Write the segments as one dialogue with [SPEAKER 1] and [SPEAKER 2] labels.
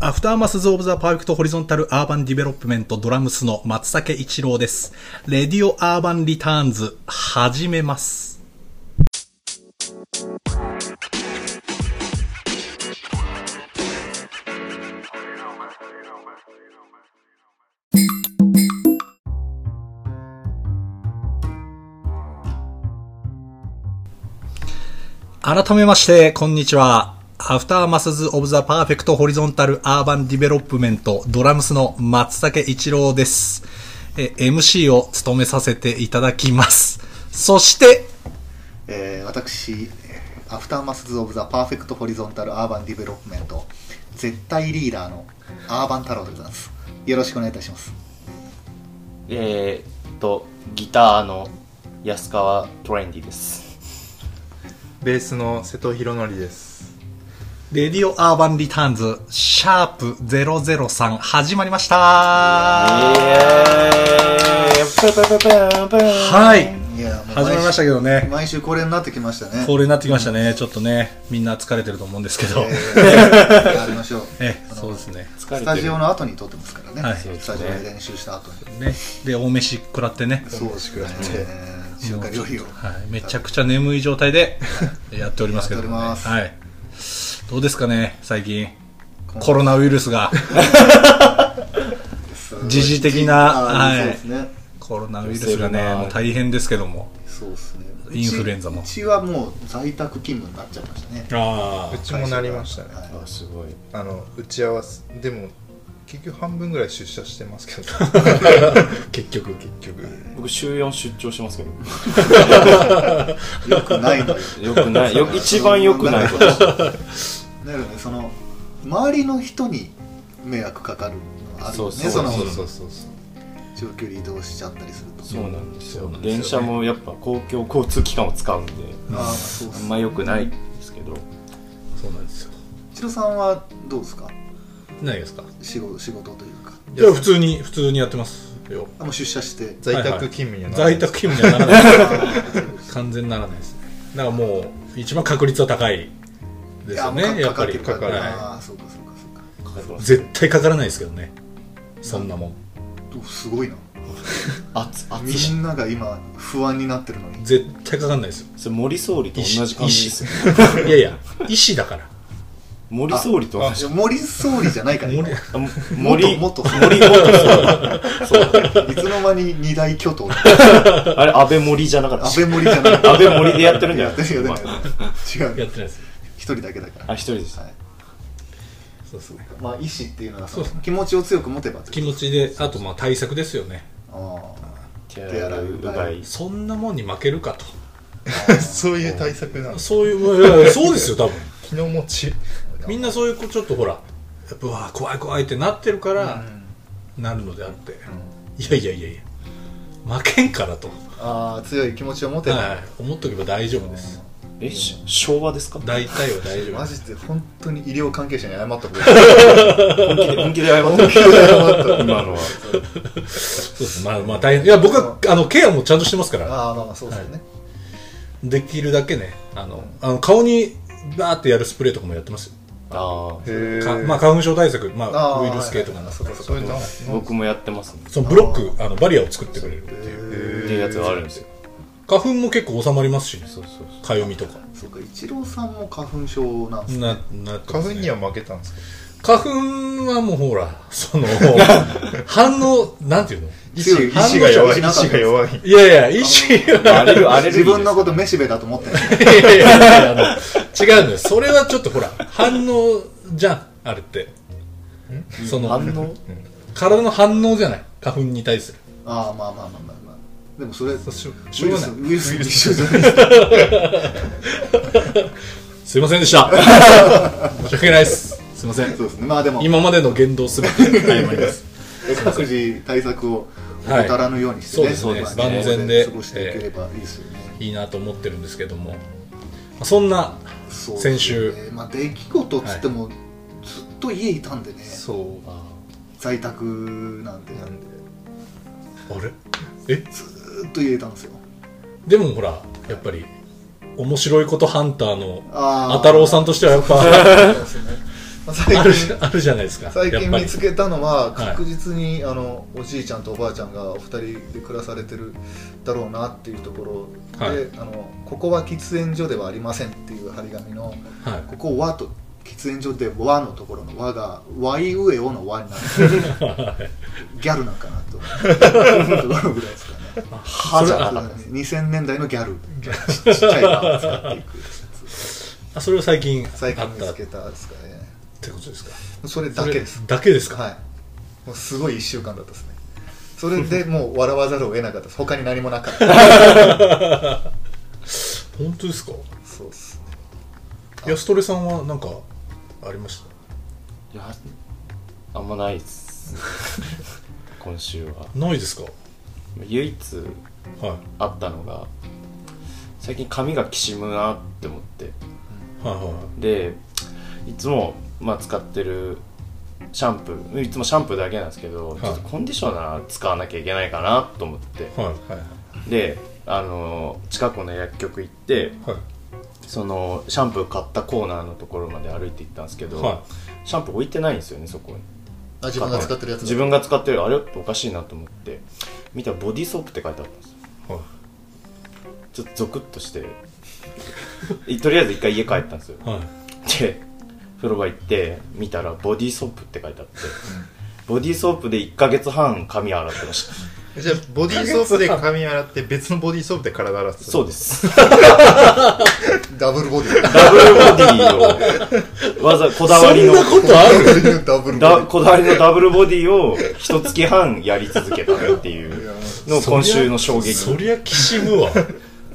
[SPEAKER 1] アフターマスズ・オブ・ザ・パーフェクト・ホリゾンタル・アーバン・ディベロップメント・ドラムスの松竹一郎です。レディオ・アーバン・リターンズ、始めます。改めまして、こんにちは。アフターマスズ・オブ・ザ・パーフェクト・ホリゾンタル・アーバン・ディベロップメント、ドラムスの松竹一郎です。え、MC を務めさせていただきます。そして、
[SPEAKER 2] えー私アフターマスズ・オブ・ザ・パーフェクト・ホリゾンタル・アーバン・ディベロップメント絶対リーダーのアーバン太郎でございますよろしくお願いいたします
[SPEAKER 3] えー、っと、ギターの安川トレンディです。
[SPEAKER 4] ベースの瀬戸弘則です
[SPEAKER 1] レディオ・アーバン・リターンズ、シャープ003、始まりました。はい。
[SPEAKER 2] いやもう
[SPEAKER 1] 始
[SPEAKER 2] 毎週
[SPEAKER 1] まりましたけどね。
[SPEAKER 2] 毎週恒例になってきましたね
[SPEAKER 1] 恒例になってきましたね。ちょっとね、みんな疲れてると思うんですけど。
[SPEAKER 2] えーやりましょう
[SPEAKER 1] え、 そうですね。
[SPEAKER 2] スタジオの後に撮ってますからね、
[SPEAKER 1] はい
[SPEAKER 2] スタジオで練習した後に
[SPEAKER 1] ね。で、大飯食らってね。
[SPEAKER 2] そうですね中華料理を
[SPEAKER 1] はい、めちゃくちゃ眠い状態 でやっておりますけど、ね、
[SPEAKER 2] やっております
[SPEAKER 1] はい、どうですかね最近コロナウイルスが時事的な
[SPEAKER 2] あー
[SPEAKER 1] はい
[SPEAKER 2] そうですね
[SPEAKER 1] コロナウイルスが
[SPEAKER 3] 寄せ
[SPEAKER 1] ね
[SPEAKER 3] るな
[SPEAKER 1] もう大変ですけども
[SPEAKER 2] そうですね
[SPEAKER 1] インフルエンザも
[SPEAKER 2] うちうちはもう在宅勤務になっちゃいましたね
[SPEAKER 1] あ
[SPEAKER 4] うちもなりましたね
[SPEAKER 2] はい
[SPEAKER 3] あ、すごい。
[SPEAKER 4] あの打ち合わせでも結局半分ぐらい出社してますけど 結局結局
[SPEAKER 3] 僕、週4出張しますけど。
[SPEAKER 2] よくないのよ
[SPEAKER 3] よくない。よ一番よくない こと。
[SPEAKER 2] なるよねその周りの人に迷惑かかるのはあるよね
[SPEAKER 3] そう
[SPEAKER 2] そ
[SPEAKER 3] の
[SPEAKER 4] そうそうそうそう
[SPEAKER 2] の長距離移動しちゃったりすると
[SPEAKER 3] そうなんです
[SPEAKER 4] そう
[SPEAKER 3] よ
[SPEAKER 4] なん。ですよね
[SPEAKER 3] 電車もやっぱ公共交通機関を使うんで、
[SPEAKER 2] ああそうっ
[SPEAKER 3] あ
[SPEAKER 2] す
[SPEAKER 3] んま良くないですけど。
[SPEAKER 1] そうなんですよ
[SPEAKER 2] 千代さんはどうですか
[SPEAKER 1] ないですか
[SPEAKER 2] 仕事仕事というか
[SPEAKER 1] いや普通に普通にやってますよ
[SPEAKER 2] あもう出社 して
[SPEAKER 4] 在宅勤務にはな
[SPEAKER 1] 在宅勤務にはならない完全にならないですねだからもう一番確率は高い
[SPEAKER 2] い
[SPEAKER 1] です
[SPEAKER 2] や
[SPEAKER 1] よねや
[SPEAKER 2] か
[SPEAKER 1] っぱ
[SPEAKER 2] かって
[SPEAKER 1] り
[SPEAKER 2] るから
[SPEAKER 4] かかる
[SPEAKER 2] ああそうかそうかそうか
[SPEAKER 3] かかってます
[SPEAKER 1] 絶対かからないですけどねそんなもん
[SPEAKER 2] おすごいな
[SPEAKER 3] 熱、熱
[SPEAKER 2] み
[SPEAKER 3] い。
[SPEAKER 2] んなが今不安になってるのに
[SPEAKER 1] 絶対かかんないですよ
[SPEAKER 3] それ森総理と同じ感じですよ。
[SPEAKER 1] いやいや医師だから
[SPEAKER 3] 森総理と同
[SPEAKER 2] い
[SPEAKER 3] じ。
[SPEAKER 2] や森総理じゃないから今い
[SPEAKER 3] あも
[SPEAKER 2] 森
[SPEAKER 3] 森、
[SPEAKER 2] 元元
[SPEAKER 3] 森元 総理。そう。
[SPEAKER 2] つの間に二大巨頭
[SPEAKER 3] あれ、安倍森じゃなかった。
[SPEAKER 2] 安倍森じゃない
[SPEAKER 3] 安倍森でやってるんじゃ
[SPEAKER 2] やっ
[SPEAKER 3] ない
[SPEAKER 2] て
[SPEAKER 3] です
[SPEAKER 2] るよね違
[SPEAKER 3] か。
[SPEAKER 2] う
[SPEAKER 1] やってないです
[SPEAKER 2] 一人だけだから
[SPEAKER 3] あ、一人です。
[SPEAKER 2] はい
[SPEAKER 1] そうですね
[SPEAKER 2] まあ意志っていうのはその
[SPEAKER 1] そう
[SPEAKER 2] 気持ちを強く持てばってこと
[SPEAKER 1] 気持ちであとまあ対策ですよね
[SPEAKER 2] あ
[SPEAKER 3] 手洗う、うがい。
[SPEAKER 1] そんなもんに負けるかと
[SPEAKER 4] そういう対策なの
[SPEAKER 1] そういういやいやそうですよ多分
[SPEAKER 4] 気の持ち
[SPEAKER 1] みんなそういうこうちょっとほらやっぱうわ怖い怖いってなってるから、なるのであって、いやいやいやいや負けんからと、
[SPEAKER 2] あああ強い気持ちを持てば、
[SPEAKER 1] はい、思っとけば大丈夫です
[SPEAKER 3] え、し昭和ですか
[SPEAKER 1] 大体は大丈夫
[SPEAKER 2] マ
[SPEAKER 1] です
[SPEAKER 2] ジで本当に医療関係者に謝った こと
[SPEAKER 3] 本気で、本気で謝って
[SPEAKER 2] 気で謝った
[SPEAKER 3] 今のは。
[SPEAKER 1] そうですまあまあ大変いや僕はあのケアもちゃんとしてますから
[SPEAKER 2] ああまあまあそうですよね、
[SPEAKER 1] できるだけねあのあの顔にバーってやるスプレーとかもやってますよ
[SPEAKER 3] ああ、
[SPEAKER 4] へえ
[SPEAKER 1] かまあ、花粉症対策、ま
[SPEAKER 2] あ
[SPEAKER 1] あ、
[SPEAKER 2] あ
[SPEAKER 1] ウイルス系とかの
[SPEAKER 2] はいはいはいそうかそう
[SPEAKER 4] そ
[SPEAKER 2] か
[SPEAKER 4] れな
[SPEAKER 3] 僕もやってますね。
[SPEAKER 1] そのブロックあのバリアを作ってくれるっていう
[SPEAKER 3] っていうやつがあるんですよ。
[SPEAKER 1] 花粉も結構収まりますしね
[SPEAKER 3] そうそう
[SPEAKER 1] かゆみとか
[SPEAKER 2] そうかイチローさんも花粉症なんですね
[SPEAKER 1] ななって
[SPEAKER 4] 花
[SPEAKER 1] ます
[SPEAKER 4] 粉
[SPEAKER 1] ね
[SPEAKER 4] には負けたんですか
[SPEAKER 1] 花粉はもうほらその反応なんていうの
[SPEAKER 4] 意志
[SPEAKER 2] 強い
[SPEAKER 4] 意志が弱い
[SPEAKER 2] 意
[SPEAKER 4] 意
[SPEAKER 2] 志
[SPEAKER 4] 志が弱い
[SPEAKER 1] いやいや意識は
[SPEAKER 3] アレルアレルギーです
[SPEAKER 2] 自分の ことめしべだと思ってない
[SPEAKER 1] いやいやいやいやあの違うんだよそれはちょっとほら反応じゃんあれってその
[SPEAKER 3] 反応
[SPEAKER 1] 体の反応じゃない花粉に対する
[SPEAKER 2] ああまあまあまあまあまあでもそれウイルス
[SPEAKER 4] しょ
[SPEAKER 1] しょうがない
[SPEAKER 2] ウイルスと一緒 じゃないですか
[SPEAKER 1] すいませんでした 申し訳ないですすいません
[SPEAKER 2] そうですねまあでも
[SPEAKER 1] 今までの言動すべて謝ります
[SPEAKER 2] 各自対策を怠らぬようにしてね、
[SPEAKER 1] はいそう
[SPEAKER 3] ですね
[SPEAKER 2] まあ
[SPEAKER 3] 万
[SPEAKER 1] 全で
[SPEAKER 2] 過ごしていければいいですよね、
[SPEAKER 1] いいなと思ってるんですけどもまあそんな
[SPEAKER 2] そうですね
[SPEAKER 1] 先週、
[SPEAKER 2] まあ、出来事っつっても、ずっと家いたんでね
[SPEAKER 1] そう
[SPEAKER 2] 在宅なんでなんで
[SPEAKER 1] あれえ
[SPEAKER 2] ずっと家いたんですよ
[SPEAKER 1] でもほらやっぱり面白いことハンターの
[SPEAKER 2] あー
[SPEAKER 1] あたろうさんとしてはやっぱ
[SPEAKER 2] そうですね最
[SPEAKER 1] あるじ
[SPEAKER 2] 近
[SPEAKER 1] ゃあるじゃないですか。
[SPEAKER 4] 最
[SPEAKER 1] やっ
[SPEAKER 4] 近
[SPEAKER 1] ぱ
[SPEAKER 4] 見
[SPEAKER 1] り
[SPEAKER 4] つけたのは
[SPEAKER 1] はい
[SPEAKER 4] 確実に、あのおじいちゃんとおばあちゃんがお二人で暮らされてるだろうなっていうところで、
[SPEAKER 1] はい
[SPEAKER 4] あのここは喫煙所ではありませんっていう張り紙の
[SPEAKER 1] はい
[SPEAKER 2] ここ和と喫煙所で和のところの和が和いうえおの和になるギャルなんかなと思うところぐらいですかね歯じゃなくて2000年代のギャルちっちゃい和を使っていくやつ
[SPEAKER 1] あそれを最近あっ
[SPEAKER 4] 最近見
[SPEAKER 1] た
[SPEAKER 4] つ
[SPEAKER 1] っ
[SPEAKER 4] けたですかね
[SPEAKER 1] てことですか。
[SPEAKER 4] それだけです
[SPEAKER 1] だけですか。
[SPEAKER 4] はいもうすごい1週間だったですねそれでもう笑わざるを得なかったです他に何もなかった
[SPEAKER 1] 本当ですか。
[SPEAKER 4] そうっす
[SPEAKER 1] 安トレさんはなんかありまし
[SPEAKER 3] いやあんまないっす 今週は
[SPEAKER 1] た。ないですか。
[SPEAKER 3] 唯一
[SPEAKER 1] は
[SPEAKER 3] あったのが最近髪がきしむなって思って
[SPEAKER 1] いはいは
[SPEAKER 3] でいつも、まあ、使ってるシャンプーいつもシャンプーだけなんですけど、
[SPEAKER 1] い
[SPEAKER 3] ちょっとコンディショナー使わなきゃいけないかなと思って
[SPEAKER 1] いはいはい
[SPEAKER 3] であの近くの薬局行って
[SPEAKER 1] はい
[SPEAKER 3] そのシャンプー買ったコーナーのところまで歩いて行ったんですけど、
[SPEAKER 1] は
[SPEAKER 3] シャンプー置いてないんですよねそこに
[SPEAKER 2] あ自分が使ってるやつ
[SPEAKER 3] 自分が使ってるあれおかしいなと思って見たらボディーソープって書いてあったんですよ
[SPEAKER 1] いは
[SPEAKER 3] ちょっとゾクッとして とりあえず一回家帰ったんですよ
[SPEAKER 1] いはい。
[SPEAKER 3] で風呂場行って見たらボディーソープって書いてあってボディーソープで1ヶ月半髪洗ってました
[SPEAKER 5] じゃあボディーソープで髪洗って別のボディーソープで体洗ってた
[SPEAKER 3] そう です
[SPEAKER 4] ダブルボディ
[SPEAKER 3] ダブルボディをわざこだわりの
[SPEAKER 1] そんなことある。
[SPEAKER 4] ダブルボデ
[SPEAKER 3] だ
[SPEAKER 4] ィ
[SPEAKER 3] こだわりのダブルボディを一月半やり続けたっていうのを今週の衝撃
[SPEAKER 1] そりゃきしむわ。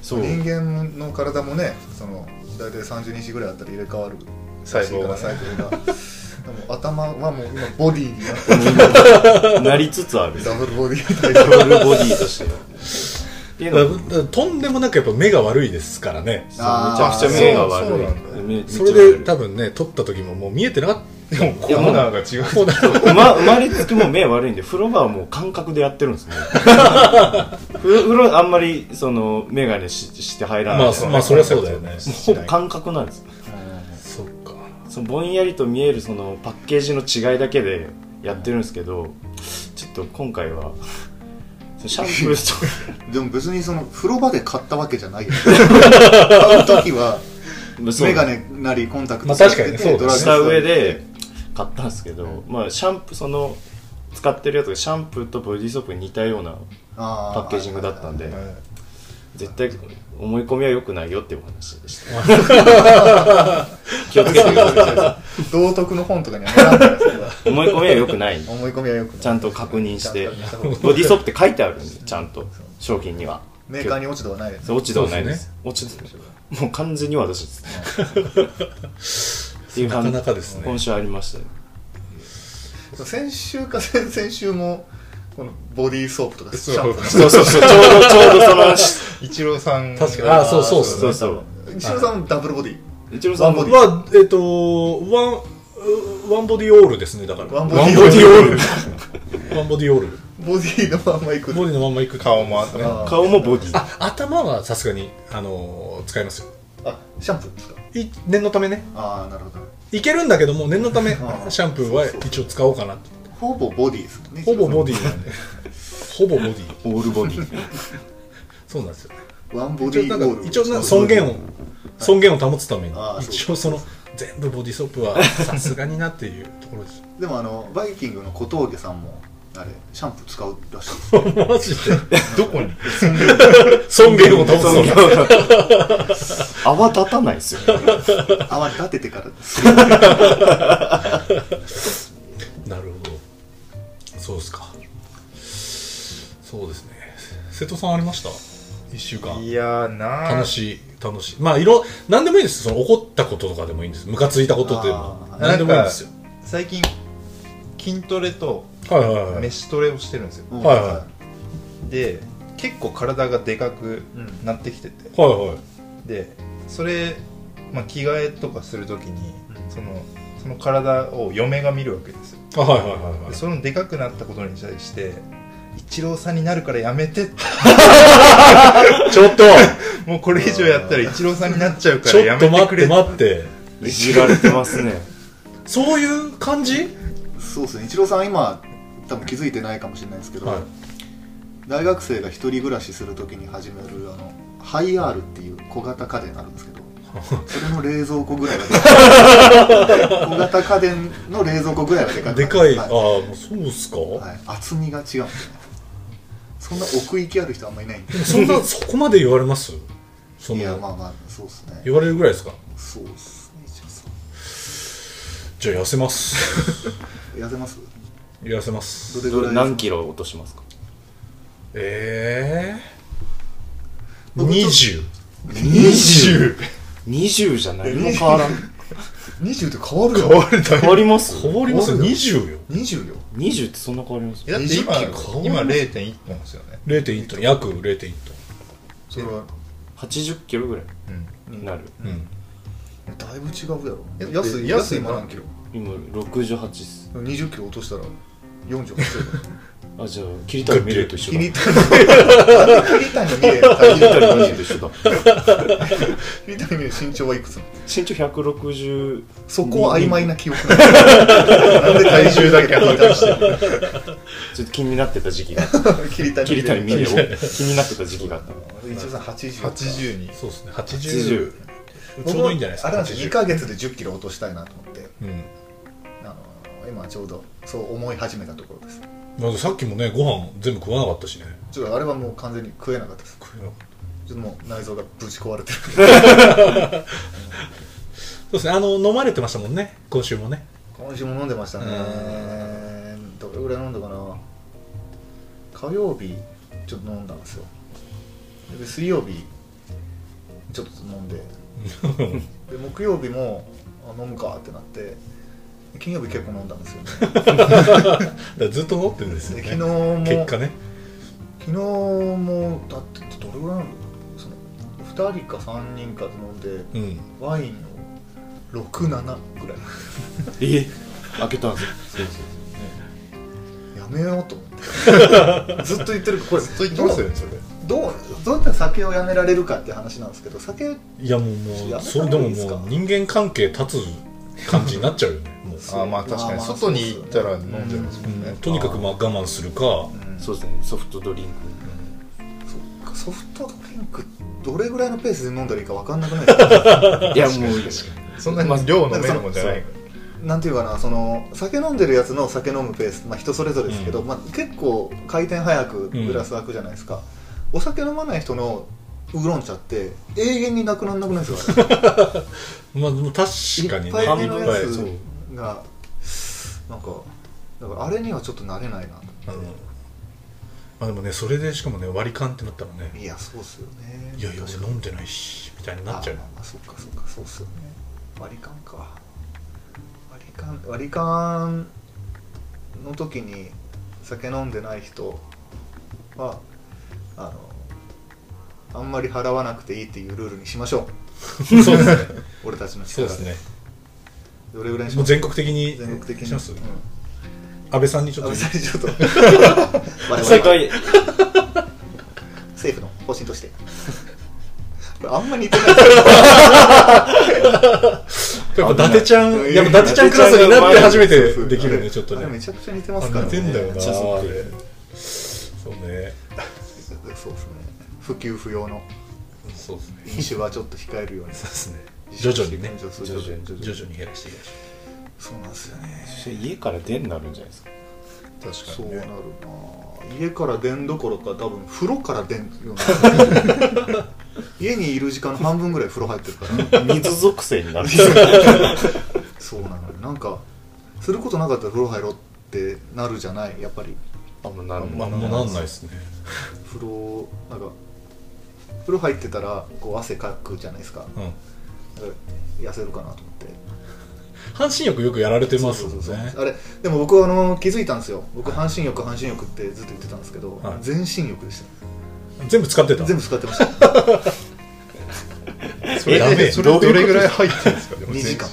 [SPEAKER 3] そう
[SPEAKER 4] 人間の体もねその大体30日ぐらいあったら入れ替わる
[SPEAKER 5] 細胞がね
[SPEAKER 4] 細胞がでも頭はもう今ボディになって
[SPEAKER 3] なりつつある
[SPEAKER 4] ダブルボディみたい
[SPEAKER 3] ダ
[SPEAKER 4] な
[SPEAKER 3] ブルボディとしてっていうのめ
[SPEAKER 1] とんでもなくやっぱ目が悪いですからね。
[SPEAKER 3] ちゃくちゃ目が悪
[SPEAKER 4] そう
[SPEAKER 3] い
[SPEAKER 4] なんだ
[SPEAKER 3] め
[SPEAKER 1] それで多分ね撮った時ももう見えてなかった。でも
[SPEAKER 5] コーナーが違う
[SPEAKER 1] こうなる
[SPEAKER 3] 生ま生まれつきもう目悪いんで風呂場はもう感覚でやってるん ですね風風呂あんまりその眼鏡しして入らない
[SPEAKER 1] まあそまあそりゃそうだよね。
[SPEAKER 3] ほぼ感覚なんです
[SPEAKER 1] そっか。
[SPEAKER 3] そのぼんやりと見えるそのパッケージの違いだけでやってるんですけどちょっと今回はシャンプ ー
[SPEAKER 2] でも別にその風呂場で買ったわけじ ゃないよ買う時は
[SPEAKER 3] とそう
[SPEAKER 2] メガネなりコンタク
[SPEAKER 1] ま
[SPEAKER 2] ト
[SPEAKER 1] あ確かにねそうだ
[SPEAKER 2] ドラッグスト
[SPEAKER 3] した
[SPEAKER 2] アに行っ
[SPEAKER 3] 上
[SPEAKER 2] て
[SPEAKER 3] で買ったんですけど、まあシャンプーその使ってるやつがシャンプーとボディーソープに似たような
[SPEAKER 2] あ
[SPEAKER 3] パッケージングだったんで
[SPEAKER 4] はい
[SPEAKER 3] 絶対思い込みは良くないよっていうお話でした 気をつけてくださ
[SPEAKER 4] 道徳の本とかにはならないですけど
[SPEAKER 3] い思い込みは良くない
[SPEAKER 4] 思い込みはよくない
[SPEAKER 3] ちゃんと確認して
[SPEAKER 4] ちゃんとした方が
[SPEAKER 3] ボディーソープって書いてあるんでちゃんと商品には
[SPEAKER 4] メーカーに落ち度はないです
[SPEAKER 3] そう落ち度はないです落ち度もう完全に私 ですっていう感じ
[SPEAKER 1] なかなかですね
[SPEAKER 3] 今週ありましたね
[SPEAKER 4] 先週か先々週もこのボディーソープとかシ
[SPEAKER 5] そ
[SPEAKER 4] ャン
[SPEAKER 5] う
[SPEAKER 4] プ
[SPEAKER 3] そうそうそうちょうどちょうどその話
[SPEAKER 5] イチローさん
[SPEAKER 1] 確かに。ああそうそうっす
[SPEAKER 3] そ
[SPEAKER 1] ね
[SPEAKER 3] う。そう
[SPEAKER 4] ー石野さんダブルボディ
[SPEAKER 3] 一郎さんも
[SPEAKER 1] はえっとワンワンボディオールですねだから。
[SPEAKER 4] ワンボデ
[SPEAKER 1] ワ
[SPEAKER 4] ィ
[SPEAKER 1] ン
[SPEAKER 4] オ
[SPEAKER 1] ボ
[SPEAKER 4] ー
[SPEAKER 1] デ
[SPEAKER 4] ル
[SPEAKER 1] ィオール。ワンボディオール。
[SPEAKER 4] ボディのまんまいく
[SPEAKER 1] ボディのまんまいく。
[SPEAKER 5] 顔もあったね
[SPEAKER 4] あ
[SPEAKER 3] 顔もボディ
[SPEAKER 1] あ頭はさすがにあのー使いますよ。
[SPEAKER 4] あシャンプーですか
[SPEAKER 1] い念のためね。
[SPEAKER 2] ああなるほど
[SPEAKER 1] いけるんだけども念のためシ
[SPEAKER 2] あ
[SPEAKER 1] ャンプーは一応使おうかなと。
[SPEAKER 2] ほぼボディですもんね
[SPEAKER 1] ほぼボディなんで。ほぼボディ。
[SPEAKER 3] オールボディ
[SPEAKER 1] そうなんですよ。
[SPEAKER 2] ワンボ
[SPEAKER 1] 一
[SPEAKER 2] デ
[SPEAKER 1] 応
[SPEAKER 2] ィ
[SPEAKER 1] な
[SPEAKER 2] ー
[SPEAKER 1] ん
[SPEAKER 2] ゴー
[SPEAKER 1] か
[SPEAKER 2] ル
[SPEAKER 1] 一応な尊厳を尊厳を保つために
[SPEAKER 2] ああそう
[SPEAKER 1] 一応その全部ボディソープ はさすがになっていうところです
[SPEAKER 2] でもあのバイキングの小峠さんもあれシャンプー使うらしい で
[SPEAKER 1] マジ
[SPEAKER 2] す
[SPEAKER 1] で
[SPEAKER 5] どこに
[SPEAKER 1] 尊厳を保つのに
[SPEAKER 3] 泡立たないですよ
[SPEAKER 2] 泡立ててからです
[SPEAKER 1] なるほどそうですかそうですね瀬戸さんありました1週間
[SPEAKER 5] いやーなー
[SPEAKER 1] 楽しい楽しいまあいろ何でもいいですその怒ったこととかでもいいんですムカついたことでも
[SPEAKER 2] ああ
[SPEAKER 1] 何でもいいんですよ
[SPEAKER 5] 最近筋トレと
[SPEAKER 1] はいはいはい
[SPEAKER 5] 飯トレをしてるんですよ
[SPEAKER 2] うん
[SPEAKER 1] はいは
[SPEAKER 5] で結構体がでかくなってきてて、
[SPEAKER 1] はいはい
[SPEAKER 5] でそれ、まあ、着替えとかするときにそのその体を嫁が見るわけですよ
[SPEAKER 1] あはいはいはいはい
[SPEAKER 5] でそのでかくなったことに対してイチローさんになるからやめてって
[SPEAKER 1] ちょっ と
[SPEAKER 5] もうこれ以上やったらイチローさんになっちゃうか
[SPEAKER 1] ち
[SPEAKER 5] ら
[SPEAKER 1] ょ
[SPEAKER 5] や
[SPEAKER 1] っと
[SPEAKER 5] めて
[SPEAKER 1] 待
[SPEAKER 5] く
[SPEAKER 1] っ
[SPEAKER 5] れ
[SPEAKER 1] て
[SPEAKER 5] って
[SPEAKER 1] 待って
[SPEAKER 3] いじられてますね
[SPEAKER 1] そういう感じ
[SPEAKER 2] そうですね一郎さん今多分気づいてないかもしれないですけど、大学生が一人暮らしするときに始めるあのハイアールっていう小型家電があるんですけどそれの冷蔵庫ぐらいがでかい小型家電の冷蔵庫ぐらいがでかい
[SPEAKER 1] でかい、あ
[SPEAKER 2] は
[SPEAKER 1] あ
[SPEAKER 2] い
[SPEAKER 1] もうそうっすか、
[SPEAKER 2] はい厚みが違うんですよねそんな奥行きある人あんまりいないんで
[SPEAKER 1] でもそんな そこまで言われますそ
[SPEAKER 2] い
[SPEAKER 1] の、
[SPEAKER 2] やまあまあそうですね
[SPEAKER 1] 言われるぐらいですか
[SPEAKER 2] そうですね一郎さ
[SPEAKER 1] じゃあ痩せます
[SPEAKER 2] ん痩せます
[SPEAKER 1] 痩せます
[SPEAKER 2] どれ
[SPEAKER 3] ど
[SPEAKER 2] ぐ
[SPEAKER 3] れ
[SPEAKER 2] らい
[SPEAKER 3] 何キロ落としますか
[SPEAKER 1] ええ
[SPEAKER 2] 僕ちょ
[SPEAKER 1] ー、
[SPEAKER 3] 2020じゃないも変わらん
[SPEAKER 2] 20って変わるよ
[SPEAKER 3] 変わります
[SPEAKER 1] 20変わりますよ20よ
[SPEAKER 2] 20よ
[SPEAKER 3] 20ってそんな変わります
[SPEAKER 5] えだって今
[SPEAKER 1] 一気に変わん
[SPEAKER 5] 今
[SPEAKER 1] ない
[SPEAKER 5] 0.1本ですよね
[SPEAKER 1] 0.1トン約0.1ト
[SPEAKER 2] それは
[SPEAKER 3] 80キロぐらいになる
[SPEAKER 1] ンうん
[SPEAKER 2] だいぶ違うやろ
[SPEAKER 5] え
[SPEAKER 2] 安い
[SPEAKER 5] 安い
[SPEAKER 2] 安い今何キロ
[SPEAKER 3] 今68っす
[SPEAKER 2] 2 0キロ落としたら48キロ
[SPEAKER 3] あじゃあ桐谷美玲と一緒
[SPEAKER 2] 気
[SPEAKER 3] だ
[SPEAKER 2] に入ったの桐谷美玲
[SPEAKER 3] 桐谷美玲と一緒だ
[SPEAKER 2] 桐谷美玲身長はいくつ
[SPEAKER 3] 身長160
[SPEAKER 2] そこは曖昧な記憶なんで体重だけ判断してる
[SPEAKER 3] ちょっと気になってた時期が
[SPEAKER 2] 桐谷
[SPEAKER 3] 桐 谷美玲を
[SPEAKER 2] 一
[SPEAKER 3] 気になってた時期があったの
[SPEAKER 2] 応さん80
[SPEAKER 5] 80に
[SPEAKER 1] そうですね80
[SPEAKER 3] 80
[SPEAKER 1] ちょうどいいんじゃないですか
[SPEAKER 2] あれなんです2ヶ月で1 0キロ落としたいなと思って
[SPEAKER 1] うん
[SPEAKER 2] あの今ちょうどそう思い始めたところです
[SPEAKER 1] まあ、さっきもねご飯全部食わなかったしね
[SPEAKER 2] ちょっとあれはもう完全に食えなかったです
[SPEAKER 1] 食えなかった
[SPEAKER 2] ちょっともう内臓がぶち壊れてる
[SPEAKER 1] そうですねあの飲まれてましたもんね今週もね
[SPEAKER 2] 今週も飲んでましたねどれぐらい飲んだかな火曜日ちょっと飲んだんですよで水曜日ちょっと飲 んでで木曜日もあ飲むかってなって金曜日結構飲んだんです よね
[SPEAKER 1] だからずっと飲ってるんですよ
[SPEAKER 2] で
[SPEAKER 1] ね
[SPEAKER 2] 昨日も
[SPEAKER 1] 結果ね
[SPEAKER 2] 昨日もだってどれぐらいなのその2人か3人かで飲んで
[SPEAKER 1] うん
[SPEAKER 2] ワインを67ぐらい
[SPEAKER 3] え開けたんですよ
[SPEAKER 2] やめようと思っ てずっと言ってるけどこれずっと
[SPEAKER 5] 言ってますよねそれ
[SPEAKER 2] どうどうやったら酒をやめられるかって話なんですけど酒
[SPEAKER 1] いやもうも
[SPEAKER 2] やめた
[SPEAKER 1] う
[SPEAKER 2] 方
[SPEAKER 1] それで
[SPEAKER 2] が
[SPEAKER 1] も
[SPEAKER 2] いいですか
[SPEAKER 1] もう人間関係立つ感じになっちゃうよねもう
[SPEAKER 5] あーまあ確かに
[SPEAKER 2] まあまあ
[SPEAKER 5] 外に行ったら飲んじゃいますもん
[SPEAKER 1] う
[SPEAKER 5] ね
[SPEAKER 1] んとにかくまあ我慢するか
[SPEAKER 3] そうですねソフトド リン
[SPEAKER 2] そっ
[SPEAKER 3] ク
[SPEAKER 2] かソフトドリンクどれぐらいのペースで飲んだらいいか分かんなくないですか
[SPEAKER 3] いやもう
[SPEAKER 5] そんなに量飲めるもんじゃない
[SPEAKER 2] なんていうかなその酒飲んでるやつの酒飲むペース、まあ、人それぞれですけど、まあ、結構回転早くグラス開くじゃないですか、お酒飲まない人のウーロン茶って永遠になくならなくないですか
[SPEAKER 1] まあでも確かにね
[SPEAKER 2] 一杯目のや
[SPEAKER 1] いっぱいそう
[SPEAKER 2] つがなんかだからあれにはちょっと慣れないな
[SPEAKER 1] あのまあでもねそれでしかもね割り勘ってなったらね
[SPEAKER 2] いやそうっすよね
[SPEAKER 1] いやいや俺飲んでないしみたいになっちゃう
[SPEAKER 2] あまあまあそっかそっかそうっすよね割り勘か割り勘割り勘の時に酒飲んでない人はあのあんまり払わなくていいっていうルールにしましょ
[SPEAKER 1] そうですね
[SPEAKER 2] う俺たちの
[SPEAKER 1] そう
[SPEAKER 2] 力
[SPEAKER 1] ですね
[SPEAKER 2] どれぐらいにし
[SPEAKER 1] もう
[SPEAKER 2] ます
[SPEAKER 1] 全国的に
[SPEAKER 2] 全国的に
[SPEAKER 1] します
[SPEAKER 2] うん
[SPEAKER 1] 安倍さんにちょっ
[SPEAKER 2] 安
[SPEAKER 1] と
[SPEAKER 2] 倍さんにち ょっと我
[SPEAKER 3] 世
[SPEAKER 2] 々は
[SPEAKER 3] 界
[SPEAKER 2] 政府の方針と してこれあんま似てないですよ
[SPEAKER 1] やっぱ伊達ちゃん
[SPEAKER 2] うん
[SPEAKER 1] やっぱ伊達ちゃんクラスになって初めてできるねちょっと
[SPEAKER 2] あれめ
[SPEAKER 1] ね
[SPEAKER 2] ちゃくちゃ似てますから
[SPEAKER 1] 似
[SPEAKER 2] ね
[SPEAKER 1] てんだよな
[SPEAKER 3] ちゃそう
[SPEAKER 1] あれそうね
[SPEAKER 2] そうですね普及不要の
[SPEAKER 1] そうですね
[SPEAKER 2] 飲酒はちょっと控えるように
[SPEAKER 1] そうですね徐々にね
[SPEAKER 2] 徐々
[SPEAKER 3] 徐々
[SPEAKER 2] に
[SPEAKER 3] に徐々
[SPEAKER 1] 徐
[SPEAKER 3] に
[SPEAKER 1] 々に減らしていきましょ
[SPEAKER 2] そうなんですよね
[SPEAKER 3] それ家から出になるんじゃないですか
[SPEAKER 5] 確か
[SPEAKER 2] そう
[SPEAKER 5] に
[SPEAKER 2] なる
[SPEAKER 5] ね
[SPEAKER 2] な家から出んどころか多分風呂から出んようになる家にいる時間の半分ぐらい風呂入ってる から
[SPEAKER 3] 水属性 になる
[SPEAKER 2] そうなのよなんかすることなかったら風呂入ろうってなるじゃないやっぱり
[SPEAKER 3] あもうなる
[SPEAKER 1] うまあもうなんないですね
[SPEAKER 2] 風呂なんか風呂入ってたらこう汗かくじゃないですか
[SPEAKER 1] うん
[SPEAKER 2] だから痩せるかなと思って
[SPEAKER 1] 半身浴よくやられてます
[SPEAKER 2] そ
[SPEAKER 1] も
[SPEAKER 2] うんそ
[SPEAKER 1] ね
[SPEAKER 2] うそうあれでも僕はあの気づいたんですよ僕半身浴半身浴ってずっと言ってたんですけど、
[SPEAKER 1] はい
[SPEAKER 2] 全身浴でした
[SPEAKER 1] 全部使ってた
[SPEAKER 2] 全部使ってました
[SPEAKER 5] それ
[SPEAKER 1] えやべえ
[SPEAKER 5] でそれどれぐらい入ってるんですかでも
[SPEAKER 2] 2時間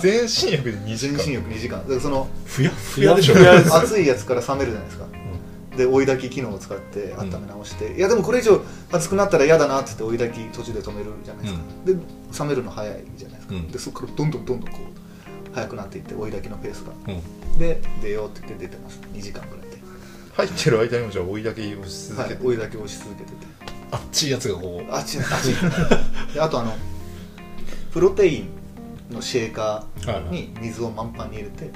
[SPEAKER 5] 全身浴で2時
[SPEAKER 2] 全
[SPEAKER 5] 間
[SPEAKER 2] 身浴2時間だからその
[SPEAKER 1] ふやふ
[SPEAKER 3] いや
[SPEAKER 1] やで
[SPEAKER 3] で
[SPEAKER 1] し
[SPEAKER 3] し
[SPEAKER 1] ょ
[SPEAKER 3] ょ
[SPEAKER 2] 熱いやつから冷めるじゃないですか、で追い炊き機能を使って温め直して、いやでもこれ以上熱くなったら嫌だなって言って追い炊き途中で止めるじゃないですか、で冷めるの早いじゃないですか、
[SPEAKER 1] うん
[SPEAKER 2] でそこからどんどんどんどんこう速くなっていって追いだきのペースが、
[SPEAKER 1] う
[SPEAKER 2] で出ようって言って出てます2時間ぐらいで、
[SPEAKER 5] 入ってる間にもじゃあ追いだけ押し続
[SPEAKER 2] は
[SPEAKER 5] け
[SPEAKER 2] い
[SPEAKER 5] て、、
[SPEAKER 2] 追いだきをし続けてて
[SPEAKER 1] あっちいやつがこ
[SPEAKER 2] あっちあっちであとあのプロテインのシェーカーに水を満杯に入れて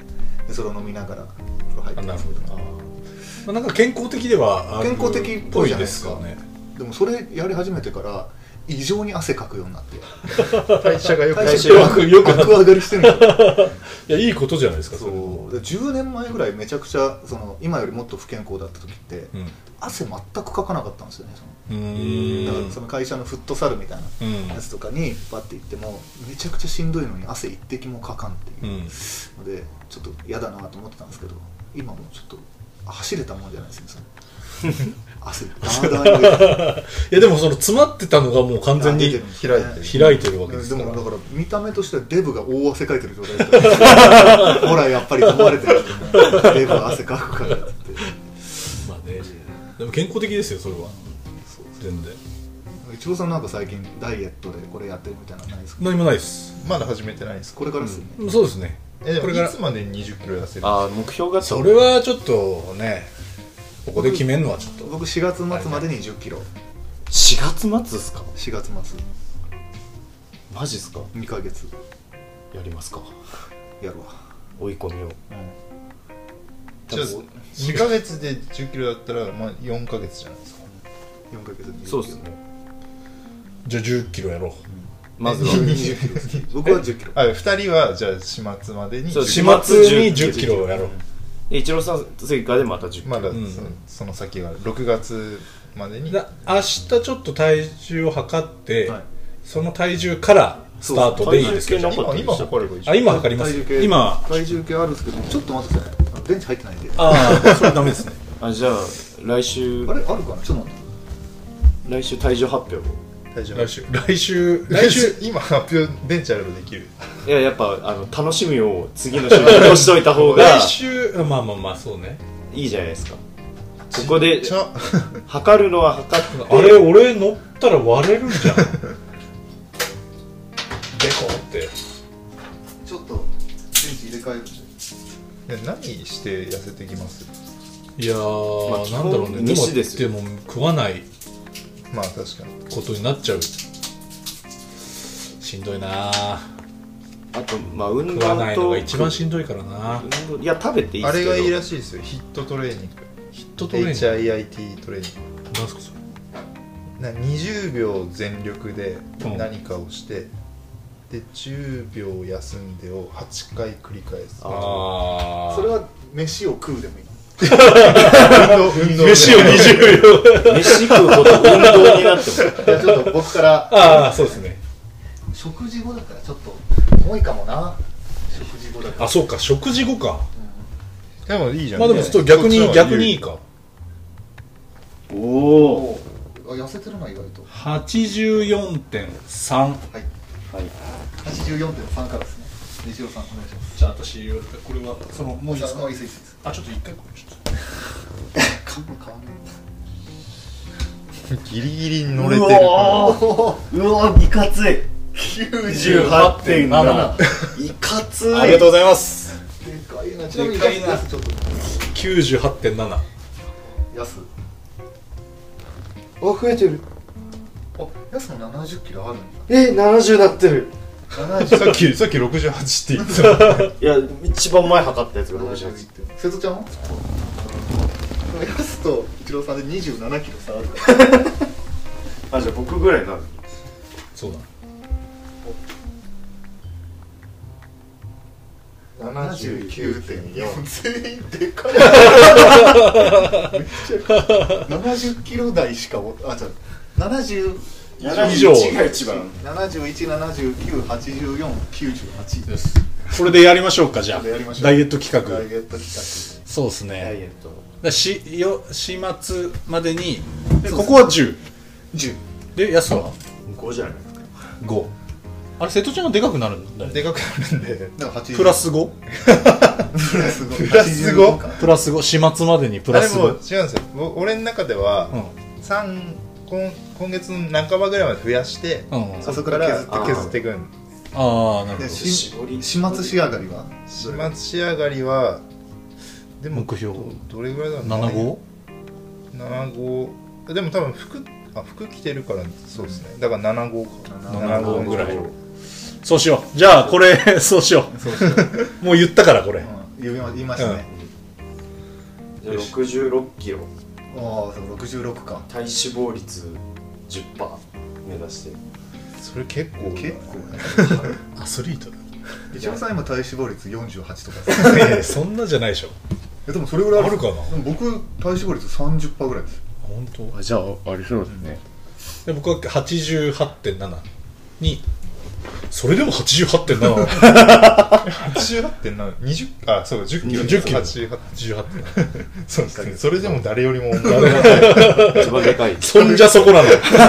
[SPEAKER 2] でそれを飲みながら風呂入って
[SPEAKER 1] うなる
[SPEAKER 2] ます
[SPEAKER 1] ほどな、まあ、なんか健康的ではある
[SPEAKER 2] 健康的っぽいじゃないですか
[SPEAKER 1] ぽね
[SPEAKER 2] でもそれやり始めてから異常に汗かくようになって
[SPEAKER 5] 代謝がよく
[SPEAKER 2] 代謝
[SPEAKER 1] よ
[SPEAKER 2] よ
[SPEAKER 1] く
[SPEAKER 2] く
[SPEAKER 1] よ
[SPEAKER 2] よ
[SPEAKER 1] く
[SPEAKER 2] く上がりしてるんだよ
[SPEAKER 1] いやいいことじゃないですか
[SPEAKER 2] そ
[SPEAKER 1] れも
[SPEAKER 2] うで10年前ぐらいめちゃくちゃその今よりもっと不健康だった時って
[SPEAKER 1] うん
[SPEAKER 2] 汗全くかかなかったんですよねその
[SPEAKER 1] うーん
[SPEAKER 2] だからその会社のフットサルみたいな
[SPEAKER 1] うん
[SPEAKER 2] やつとかにバッて行ってもめちゃくちゃしんどいのに汗一滴もかかんっていううんのでちょっと嫌だなと思ってたんですけど今もうちょっと走れたもんじゃないですね その汗だんだん出て
[SPEAKER 1] いやでもその詰まってたのがもう完全に
[SPEAKER 2] 出てるんですね
[SPEAKER 5] 開いて
[SPEAKER 1] 開いてるわけです
[SPEAKER 2] で
[SPEAKER 1] から
[SPEAKER 2] もだから見た目としてはデブが大汗かいてる状態ですから ほらやっぱり飲まれてるデブは汗かくからって言って
[SPEAKER 1] まあねでも健康的ですよそれは全然
[SPEAKER 2] イチローさんなんか最近ダイエットでこれやってるみたいなのないですか
[SPEAKER 1] 何もないです
[SPEAKER 5] まだ始めてないんですか
[SPEAKER 2] これからですよね、
[SPEAKER 1] そうですね
[SPEAKER 5] えで
[SPEAKER 1] こ
[SPEAKER 5] も
[SPEAKER 1] れから
[SPEAKER 5] いつまでに20キロ痩せる
[SPEAKER 3] ああ目標があった
[SPEAKER 1] それはちょっとねここで決めるのはちょっと
[SPEAKER 2] 僕4月末までに1 0キロ
[SPEAKER 3] 4月末ですか
[SPEAKER 2] 4月末
[SPEAKER 3] マジですか
[SPEAKER 2] 2ヶ月
[SPEAKER 3] やりますか
[SPEAKER 2] やるわ、
[SPEAKER 3] 追い込みを
[SPEAKER 5] じゃあ2ヶ月で1 0キロだったら、まあ、4ヶ月じゃないですか
[SPEAKER 2] 4ヶ月に10キロ
[SPEAKER 3] そうですね
[SPEAKER 1] じゃあ1 0キロやろ
[SPEAKER 3] ま ずは
[SPEAKER 2] 僕20キロです僕は1 0キロ
[SPEAKER 5] あ2人はじゃあ始末までに
[SPEAKER 3] そう
[SPEAKER 1] う
[SPEAKER 3] 始
[SPEAKER 1] 始
[SPEAKER 3] 末
[SPEAKER 1] 末に1 0
[SPEAKER 3] 10
[SPEAKER 1] キロやろう
[SPEAKER 3] で一郎さん追加でまた10キロ
[SPEAKER 5] まだそ,、
[SPEAKER 1] うん
[SPEAKER 5] その先が6月までに
[SPEAKER 1] だ明日ちょっと体重を測って、
[SPEAKER 2] はい
[SPEAKER 1] その体重からスタートでいいですけど
[SPEAKER 3] 体重計
[SPEAKER 5] 今今測ればいいじゃ
[SPEAKER 1] あ
[SPEAKER 5] ん
[SPEAKER 1] 今測ります
[SPEAKER 2] 体重計
[SPEAKER 1] 今
[SPEAKER 2] 体重計あるんですけどちょっと待ってくださいねあの電池入ってないんであ
[SPEAKER 1] ああそれダメですね
[SPEAKER 3] あじゃあ来週
[SPEAKER 2] れあるかなちょっと待って
[SPEAKER 3] 来週体重発表を
[SPEAKER 5] 大丈夫
[SPEAKER 1] 来週来週来
[SPEAKER 5] 来
[SPEAKER 1] 週
[SPEAKER 5] 週 今発表電池あればできる
[SPEAKER 3] いややっぱあの楽しみを次の週に残しといた方 が
[SPEAKER 1] 来週まあまあまあそうね
[SPEAKER 3] いいじゃないですかここで
[SPEAKER 5] ちゃ
[SPEAKER 3] 測るのは測って
[SPEAKER 1] あれ俺乗ったら割れるじゃんでこって
[SPEAKER 2] ちょっと電池入れ替えるんで
[SPEAKER 5] ね何して痩せてきます
[SPEAKER 1] いやー、
[SPEAKER 3] まあ
[SPEAKER 1] なんだろうね
[SPEAKER 3] 基本飯ですよ
[SPEAKER 1] もでも食わない
[SPEAKER 5] まあ確かに
[SPEAKER 1] ことになっちゃうしんどいなー
[SPEAKER 3] あとまあ運
[SPEAKER 1] 食わない
[SPEAKER 3] 動
[SPEAKER 1] の
[SPEAKER 3] と
[SPEAKER 1] が一番しんどいからな
[SPEAKER 3] 運動いや食べていいで
[SPEAKER 5] あ
[SPEAKER 3] すけ
[SPEAKER 5] れ
[SPEAKER 3] ど
[SPEAKER 5] がいいらしいですよヒットトレーニング
[SPEAKER 1] ヒットトレーニング
[SPEAKER 5] HIIT トレーニング
[SPEAKER 1] なんすかそれ
[SPEAKER 5] な20秒全力で
[SPEAKER 1] うん
[SPEAKER 5] 何かをして、で10秒休んでを8回繰り返す
[SPEAKER 1] あ
[SPEAKER 2] それは飯を食うでもいいの
[SPEAKER 5] 運動運動で
[SPEAKER 1] 飯を20秒
[SPEAKER 3] 飯食うほど運動になっても
[SPEAKER 2] いやちょっと僕から
[SPEAKER 1] ああそうですね
[SPEAKER 2] 食事後だったらちょっと重いかもな食事後だから
[SPEAKER 1] あそうか食事後か
[SPEAKER 5] でもいいじゃん
[SPEAKER 1] まあでもちょっと逆
[SPEAKER 5] そっ
[SPEAKER 1] に
[SPEAKER 5] ちの方
[SPEAKER 1] 逆
[SPEAKER 5] が有
[SPEAKER 1] にい
[SPEAKER 5] 利
[SPEAKER 1] いか
[SPEAKER 3] おお
[SPEAKER 2] おあ痩せてるな意外と
[SPEAKER 1] 84.3
[SPEAKER 2] はい
[SPEAKER 3] はい
[SPEAKER 2] 84.3からですね西尾さんお願いします
[SPEAKER 1] じゃあ私これはそのもう
[SPEAKER 2] もういいですいいです
[SPEAKER 1] あちょっと一回これちょっと
[SPEAKER 2] かん変わんない
[SPEAKER 5] ギリギリに乗れてる
[SPEAKER 3] うわいかつい98.7いかつい
[SPEAKER 1] ありがとうございます
[SPEAKER 2] でかいなちなみに
[SPEAKER 1] でかいな
[SPEAKER 2] やすちょっと
[SPEAKER 1] 98.7
[SPEAKER 2] やすお増えてるあやすも70キロあるんだ
[SPEAKER 3] え70なってる
[SPEAKER 2] 70
[SPEAKER 5] さっきさっき68って言ってた
[SPEAKER 3] いや一番前測ったやつが
[SPEAKER 2] 70っ
[SPEAKER 3] 68
[SPEAKER 2] て瀬戸ちゃんはやすと一郎さんで27キロ差あるから
[SPEAKER 3] あじゃあ僕ぐらいになる
[SPEAKER 1] そうだ
[SPEAKER 2] 79.4全員でかい70キロ台しかおあじゃあ70
[SPEAKER 1] 以上
[SPEAKER 3] 一番
[SPEAKER 2] 71798498
[SPEAKER 1] ですこれでやりましょうかじゃあ
[SPEAKER 2] やりましょう
[SPEAKER 1] ダイエット企
[SPEAKER 2] ダイ
[SPEAKER 1] 画
[SPEAKER 2] エット企
[SPEAKER 1] そうですね
[SPEAKER 3] ダイエット
[SPEAKER 1] だしよ始末までにでここは10
[SPEAKER 2] 10
[SPEAKER 1] で安は
[SPEAKER 3] 5じゃない
[SPEAKER 1] 5あれ瀬戸ちゃんがでかくなるんだよね
[SPEAKER 5] でかくなるんで
[SPEAKER 2] 画だから80
[SPEAKER 1] プラス 5?
[SPEAKER 2] プラス5
[SPEAKER 5] プラス5
[SPEAKER 1] プラス5始末までにプ
[SPEAKER 5] あ
[SPEAKER 1] ラ
[SPEAKER 5] れ
[SPEAKER 1] ス
[SPEAKER 5] もう違うん
[SPEAKER 1] 5
[SPEAKER 5] ですよぼ俺の中では、三今今月の半ばぐらいまで増やして、
[SPEAKER 1] うんうん
[SPEAKER 5] そこ
[SPEAKER 2] そこ
[SPEAKER 5] か
[SPEAKER 2] からら
[SPEAKER 5] 削って削っていくん
[SPEAKER 1] ああ、なるほ
[SPEAKER 2] で
[SPEAKER 1] ど。
[SPEAKER 2] し
[SPEAKER 3] 絞り
[SPEAKER 2] 始末仕上がりは
[SPEAKER 5] 始末仕上がりはでも
[SPEAKER 1] 目標
[SPEAKER 5] どどれぐらいだろう
[SPEAKER 1] 7号
[SPEAKER 5] 7号でも多分服あ服着てるからそうですねだから7号か
[SPEAKER 1] 7号ぐらい
[SPEAKER 5] 7号
[SPEAKER 1] そうしよう。じゃあ、これ、 そうしよ
[SPEAKER 2] そうそう、うん
[SPEAKER 1] う。もう言ったから、これ。
[SPEAKER 2] 言いま言いましたね、
[SPEAKER 3] じゃあ66キロ
[SPEAKER 2] ああそう66か
[SPEAKER 3] 体脂肪率10%目指して
[SPEAKER 5] それ結構
[SPEAKER 2] 結構ね
[SPEAKER 1] アスリート
[SPEAKER 2] 一応さん今体脂肪率48とかさ
[SPEAKER 1] だ。ええそんなじ ゃないでしょ。
[SPEAKER 2] えでもそれぐらい
[SPEAKER 1] あるかな
[SPEAKER 2] でも僕体脂肪率30%ぐらいです
[SPEAKER 1] 本当
[SPEAKER 3] あじゃあありそうですね、
[SPEAKER 1] で僕は88.7に、それでも88.7。
[SPEAKER 5] 88.720あそう10キロ
[SPEAKER 1] 10キロ
[SPEAKER 5] 88
[SPEAKER 1] 88.7。
[SPEAKER 5] そうですねそれでも誰よ りも重い
[SPEAKER 3] 一番でかい
[SPEAKER 1] そんじゃそこなの。やつよ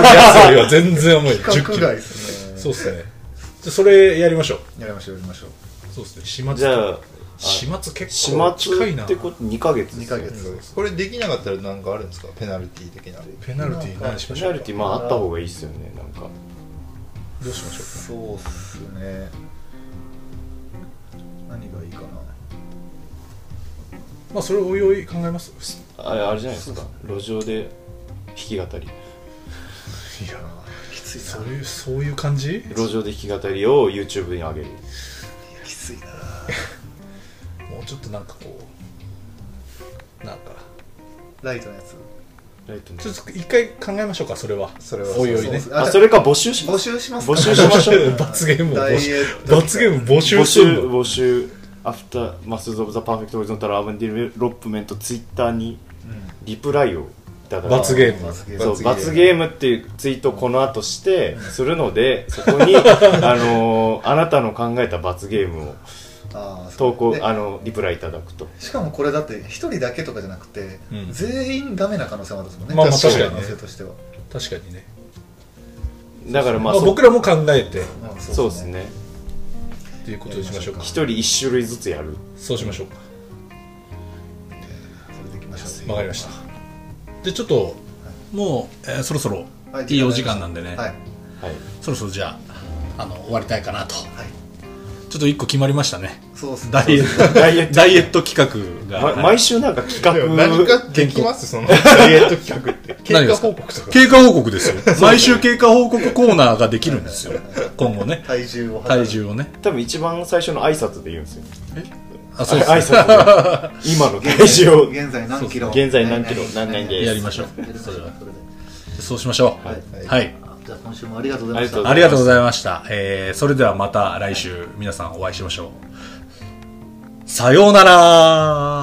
[SPEAKER 1] りは全然重い。
[SPEAKER 2] 規
[SPEAKER 1] 10
[SPEAKER 2] 格
[SPEAKER 1] キロ
[SPEAKER 2] 外。ですね
[SPEAKER 1] そうっすね。じゃあそれやりましょう。
[SPEAKER 2] やりましょうやりましょう
[SPEAKER 1] そうっすね。始末。
[SPEAKER 3] じゃあ
[SPEAKER 1] 始末結
[SPEAKER 3] 始
[SPEAKER 1] 構近
[SPEAKER 3] 末
[SPEAKER 1] いな。
[SPEAKER 3] ってこと2ヶ月
[SPEAKER 2] 2ヶ月
[SPEAKER 5] これできなかったらなんかあるんですかペナルティ的な
[SPEAKER 1] ペナルティー何し
[SPEAKER 3] ペ
[SPEAKER 1] まし
[SPEAKER 3] ナ
[SPEAKER 1] ょ
[SPEAKER 3] ル
[SPEAKER 1] う
[SPEAKER 3] ティまああった方がいいですよねなんか
[SPEAKER 1] どうしましょ
[SPEAKER 2] そうっすね何がいいか
[SPEAKER 1] う
[SPEAKER 2] な
[SPEAKER 1] まあそれおいおい考えます
[SPEAKER 3] あれあれじゃないですか路上で弾き語り
[SPEAKER 1] いやきついそういうそういう感じ
[SPEAKER 3] 路上で弾き語りを YouTube に上げる
[SPEAKER 2] きついな
[SPEAKER 1] もうちょっとなんかこうなんか
[SPEAKER 2] ライトのやつ
[SPEAKER 3] ライトの
[SPEAKER 1] ちょっと一回考えましょうかそれは
[SPEAKER 5] それは
[SPEAKER 1] おいおいね
[SPEAKER 2] そうそう
[SPEAKER 3] あ
[SPEAKER 2] あ
[SPEAKER 3] それか募集しま
[SPEAKER 2] 募
[SPEAKER 3] す
[SPEAKER 2] 集します
[SPEAKER 3] 募集しましょう
[SPEAKER 1] 罰ゲームを
[SPEAKER 2] ダ
[SPEAKER 1] 募
[SPEAKER 2] イエ
[SPEAKER 1] 集
[SPEAKER 2] ット
[SPEAKER 1] 罰ゲーム募集
[SPEAKER 3] 募
[SPEAKER 1] す
[SPEAKER 3] 集
[SPEAKER 1] るの
[SPEAKER 3] 募集アフターマスズ・オブ・ザ・パーフェクト・オリゾンタル・アーバン・ディベロップメントツイッターにリプライをいただいて
[SPEAKER 1] 罰ゲーム
[SPEAKER 2] 罰ゲーム
[SPEAKER 3] そう罰ゲームっていうツイートをこの後してするのでそこにあのーあなたの考えた罰ゲームを
[SPEAKER 2] あーそう
[SPEAKER 3] 投稿
[SPEAKER 2] で
[SPEAKER 3] あのリプライいただくと
[SPEAKER 2] しかもこれだって一人だけとかじゃなくて、
[SPEAKER 1] うん
[SPEAKER 2] 全員ダメな可能性もあるんですもんね、
[SPEAKER 1] まあまあ
[SPEAKER 2] そう
[SPEAKER 1] 確かにね
[SPEAKER 2] 可能性としては、
[SPEAKER 1] 確かにね
[SPEAKER 3] だからま
[SPEAKER 1] ま
[SPEAKER 3] あ
[SPEAKER 1] あ僕らも考えて
[SPEAKER 2] うん
[SPEAKER 3] そそうですね
[SPEAKER 1] ということにしましょうか
[SPEAKER 3] 一人一種類ずつやる
[SPEAKER 1] そうしましょうか
[SPEAKER 2] それでいきましょう
[SPEAKER 1] わかりましたでちょっともう、えーそろそろ
[SPEAKER 2] はい
[SPEAKER 1] いいお時間なんでね、
[SPEAKER 2] はい
[SPEAKER 3] はい
[SPEAKER 1] そろそろじゃああの終わりたいかなと、
[SPEAKER 2] はい
[SPEAKER 1] ちょっと一個決まりましたね
[SPEAKER 2] そうですね
[SPEAKER 1] ダイエット
[SPEAKER 3] ダイエット
[SPEAKER 1] ダイエット企画が、
[SPEAKER 3] ま毎週なんか企画
[SPEAKER 5] でも何かできますそのダイ エット企画って
[SPEAKER 1] 何で
[SPEAKER 5] 結果
[SPEAKER 1] すか
[SPEAKER 5] 報告とか
[SPEAKER 1] 経過報告ですよ毎週経過報告コーナーができるんですよ今後ね
[SPEAKER 2] 体重を測る
[SPEAKER 1] 体重をね
[SPEAKER 3] 多分一番最初の挨拶で言うんですよ
[SPEAKER 1] あそうです
[SPEAKER 3] 挨
[SPEAKER 1] ね
[SPEAKER 3] 拶が今の体重を
[SPEAKER 2] 現在何キロ
[SPEAKER 3] そう現在何キロ何々です
[SPEAKER 1] やりましょう
[SPEAKER 2] やりましょうそれで
[SPEAKER 1] そうしましょう
[SPEAKER 3] はい
[SPEAKER 1] はい、
[SPEAKER 2] じゃあ今週もありがとうございまし
[SPEAKER 3] あり
[SPEAKER 2] た
[SPEAKER 1] ありがとうございました、えーそれではまた来週皆さんお会いしましょうさようなら